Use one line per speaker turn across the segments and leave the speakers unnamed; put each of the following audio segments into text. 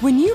When you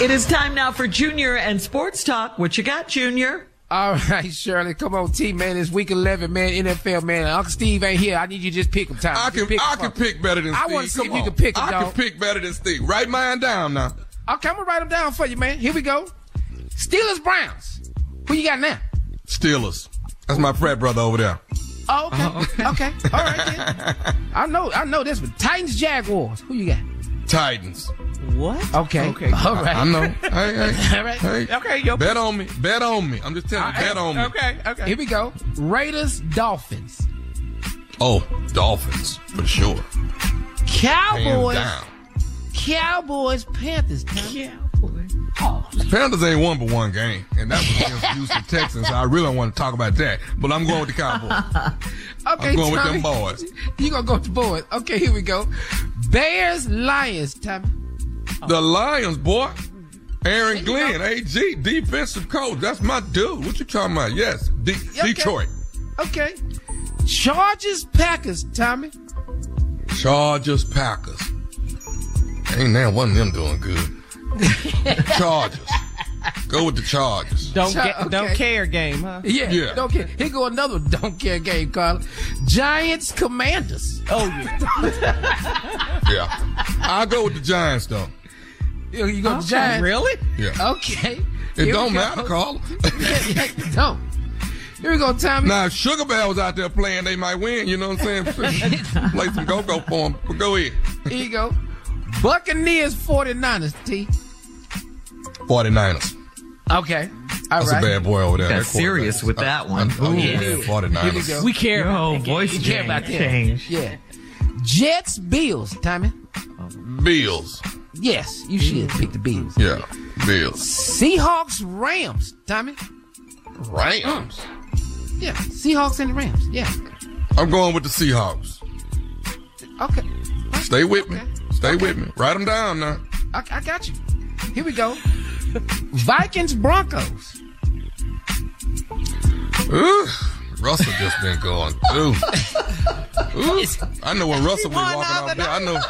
It is time now for Junior and Sports Talk. What you got, Junior?
All right, Shirley, come on, team, man. It's week 11, man, NFL, man. Uncle Steve ain't here. I need you to just pick him, Tom.
I
Just
can
pick
I
'em
can
up.
pick better than
I
Steve.
wanna see if
Come
you
on.
can pick 'em,
I can
dog.
pick better than Steve. Write mine down now.
Okay, I'm going to write them down for you, man. Here we go. Steelers, Browns. Who you got now?
Steelers. That's my frat brother over there.
Oh, okay. okay. All right, then. I know, I know this one. Titans, Jaguars. Who you got?
Titans.
What?
Okay. Okay. All right.
I know. Hey, hey.
All right.
hey.
Okay, yo.
Bet on me. Bet on me. I'm just telling you. Bet on me.
Okay, okay. Here we go. Raiders, Dolphins.
Oh, Dolphins for sure. Hands
Cowboys.
down.
Cowboys, Panthers. Cowboys. Oh,
Panthers ain't won but one game, and that was against Houston Texans. I really don't want to talk about that, but I'm going with the Cowboys.
okay.
I'm going with
Tommy.
them boys.
You gonna go with the boys? Okay, here we go. Bears, Lions, Tommy.
The Lions, boy.
There
Aaron
you
Glenn, AG, defensive coach. That's my dude. What you talking about? Yes, De-
okay.
Detroit.
Okay. Chargers, Packers, Tommy.
Chargers, Packers. Ain't that one of them doing good? Chargers. Go with the Chargers.
Don't
Sure,
ca- don't
okay.
care game, huh?
Yeah,
Yeah.
Don't care. Here go another one. don't care game, Carl. Giants, Commanders.
Oh yeah.
Yeah. I'll go with the Giants, though.
You you go Giants.
Really?
Yeah.
Okay.
It
Here
don't
we go.
matter, Carl.
don't. Here we go, Tommy.
now, if Sugar Bell was out there playing, they might win. You know what I'm saying? Play some go-go for 'em, But go ahead.
Here you go. Buccaneers, 49ers, T.
49ers.
Okay. All right.
That's a bad boy over there.
Got
That
serious
quarterback.
with that
I-
one.
I- oh,
Ooh.
yeah,
Here we
49ers.
go.
We care.
Your
about
whole
that game.
voice
We
care
change.
about that.
changed.
Yeah. Jets, Bills, Tommy.
Bills.
Yes, you should pick the Bills.
Yeah, Bills.
Seahawks, Rams, Tommy.
Rams.
Yeah, Seahawks and the Rams. Yeah.
I'm going with the Seahawks.
Okay.
Stay with me.
Okay.
Stay with me. Write them down now.
I, I got you. Here we go. Vikings, Broncos.
Ooh, Russell just been going through. Ooh, I know when Russell was walking out there. I know.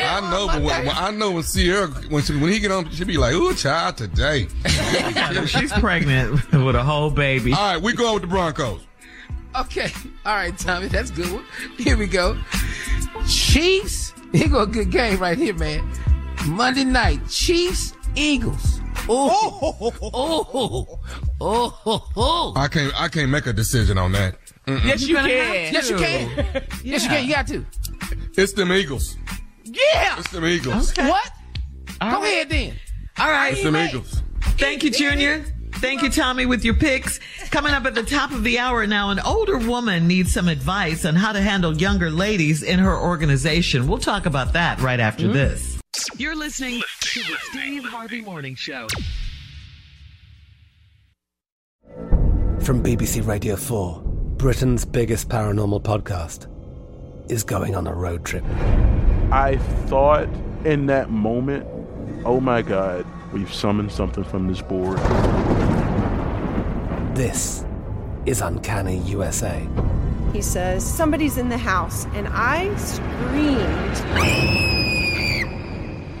I know, but when, when- I know when Sierra when she, when he get on, she be like, "Ooh, child, today."
She's pregnant with a whole baby.
All right, we going with the Broncos.
Okay. All right, Tommy. That's a good one. Here we go. Chiefs. Here go a good game right here, man. Monday night. Chiefs, Eagles. Oh, oh, oh, oh, oh, oh.
I can't. I can't make a decision on that.
Yes, you can.
Yes, you can. Yes, you can. You got to.
It's them Eagles.
Yeah.
It's them Eagles.
What? Go ahead then. All right.
It's them Eagles.
Thank you, Junior. Thank you, Tommy, with your picks. Coming up at the top of the hour now, an older woman needs some advice on how to handle younger ladies in her organization. We'll talk about that right after
Hmm?
this. You're listening to the Steve Harvey Morning Show.
From BBC Radio 4, Britain's biggest paranormal podcast is going on a road trip.
I thought in that moment, oh my God, we've summoned something from this board.
This is Uncanny USA.
He says, Somebody's in the house. And I screamed.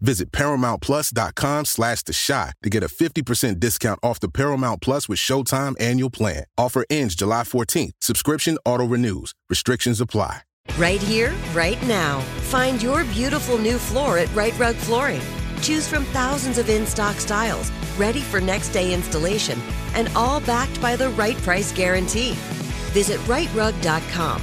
Visit ParamountPlus.com slash The Shot to get a 50% discount off the Paramount Plus with Showtime annual plan. Offer ends July 14th. Subscription auto-renews. Restrictions apply.
Right here, right now. Find your beautiful new floor at Right Rug Flooring. Choose from thousands of in-stock styles, ready for next day installation, and all backed by the right price guarantee. Visit rightrug.com.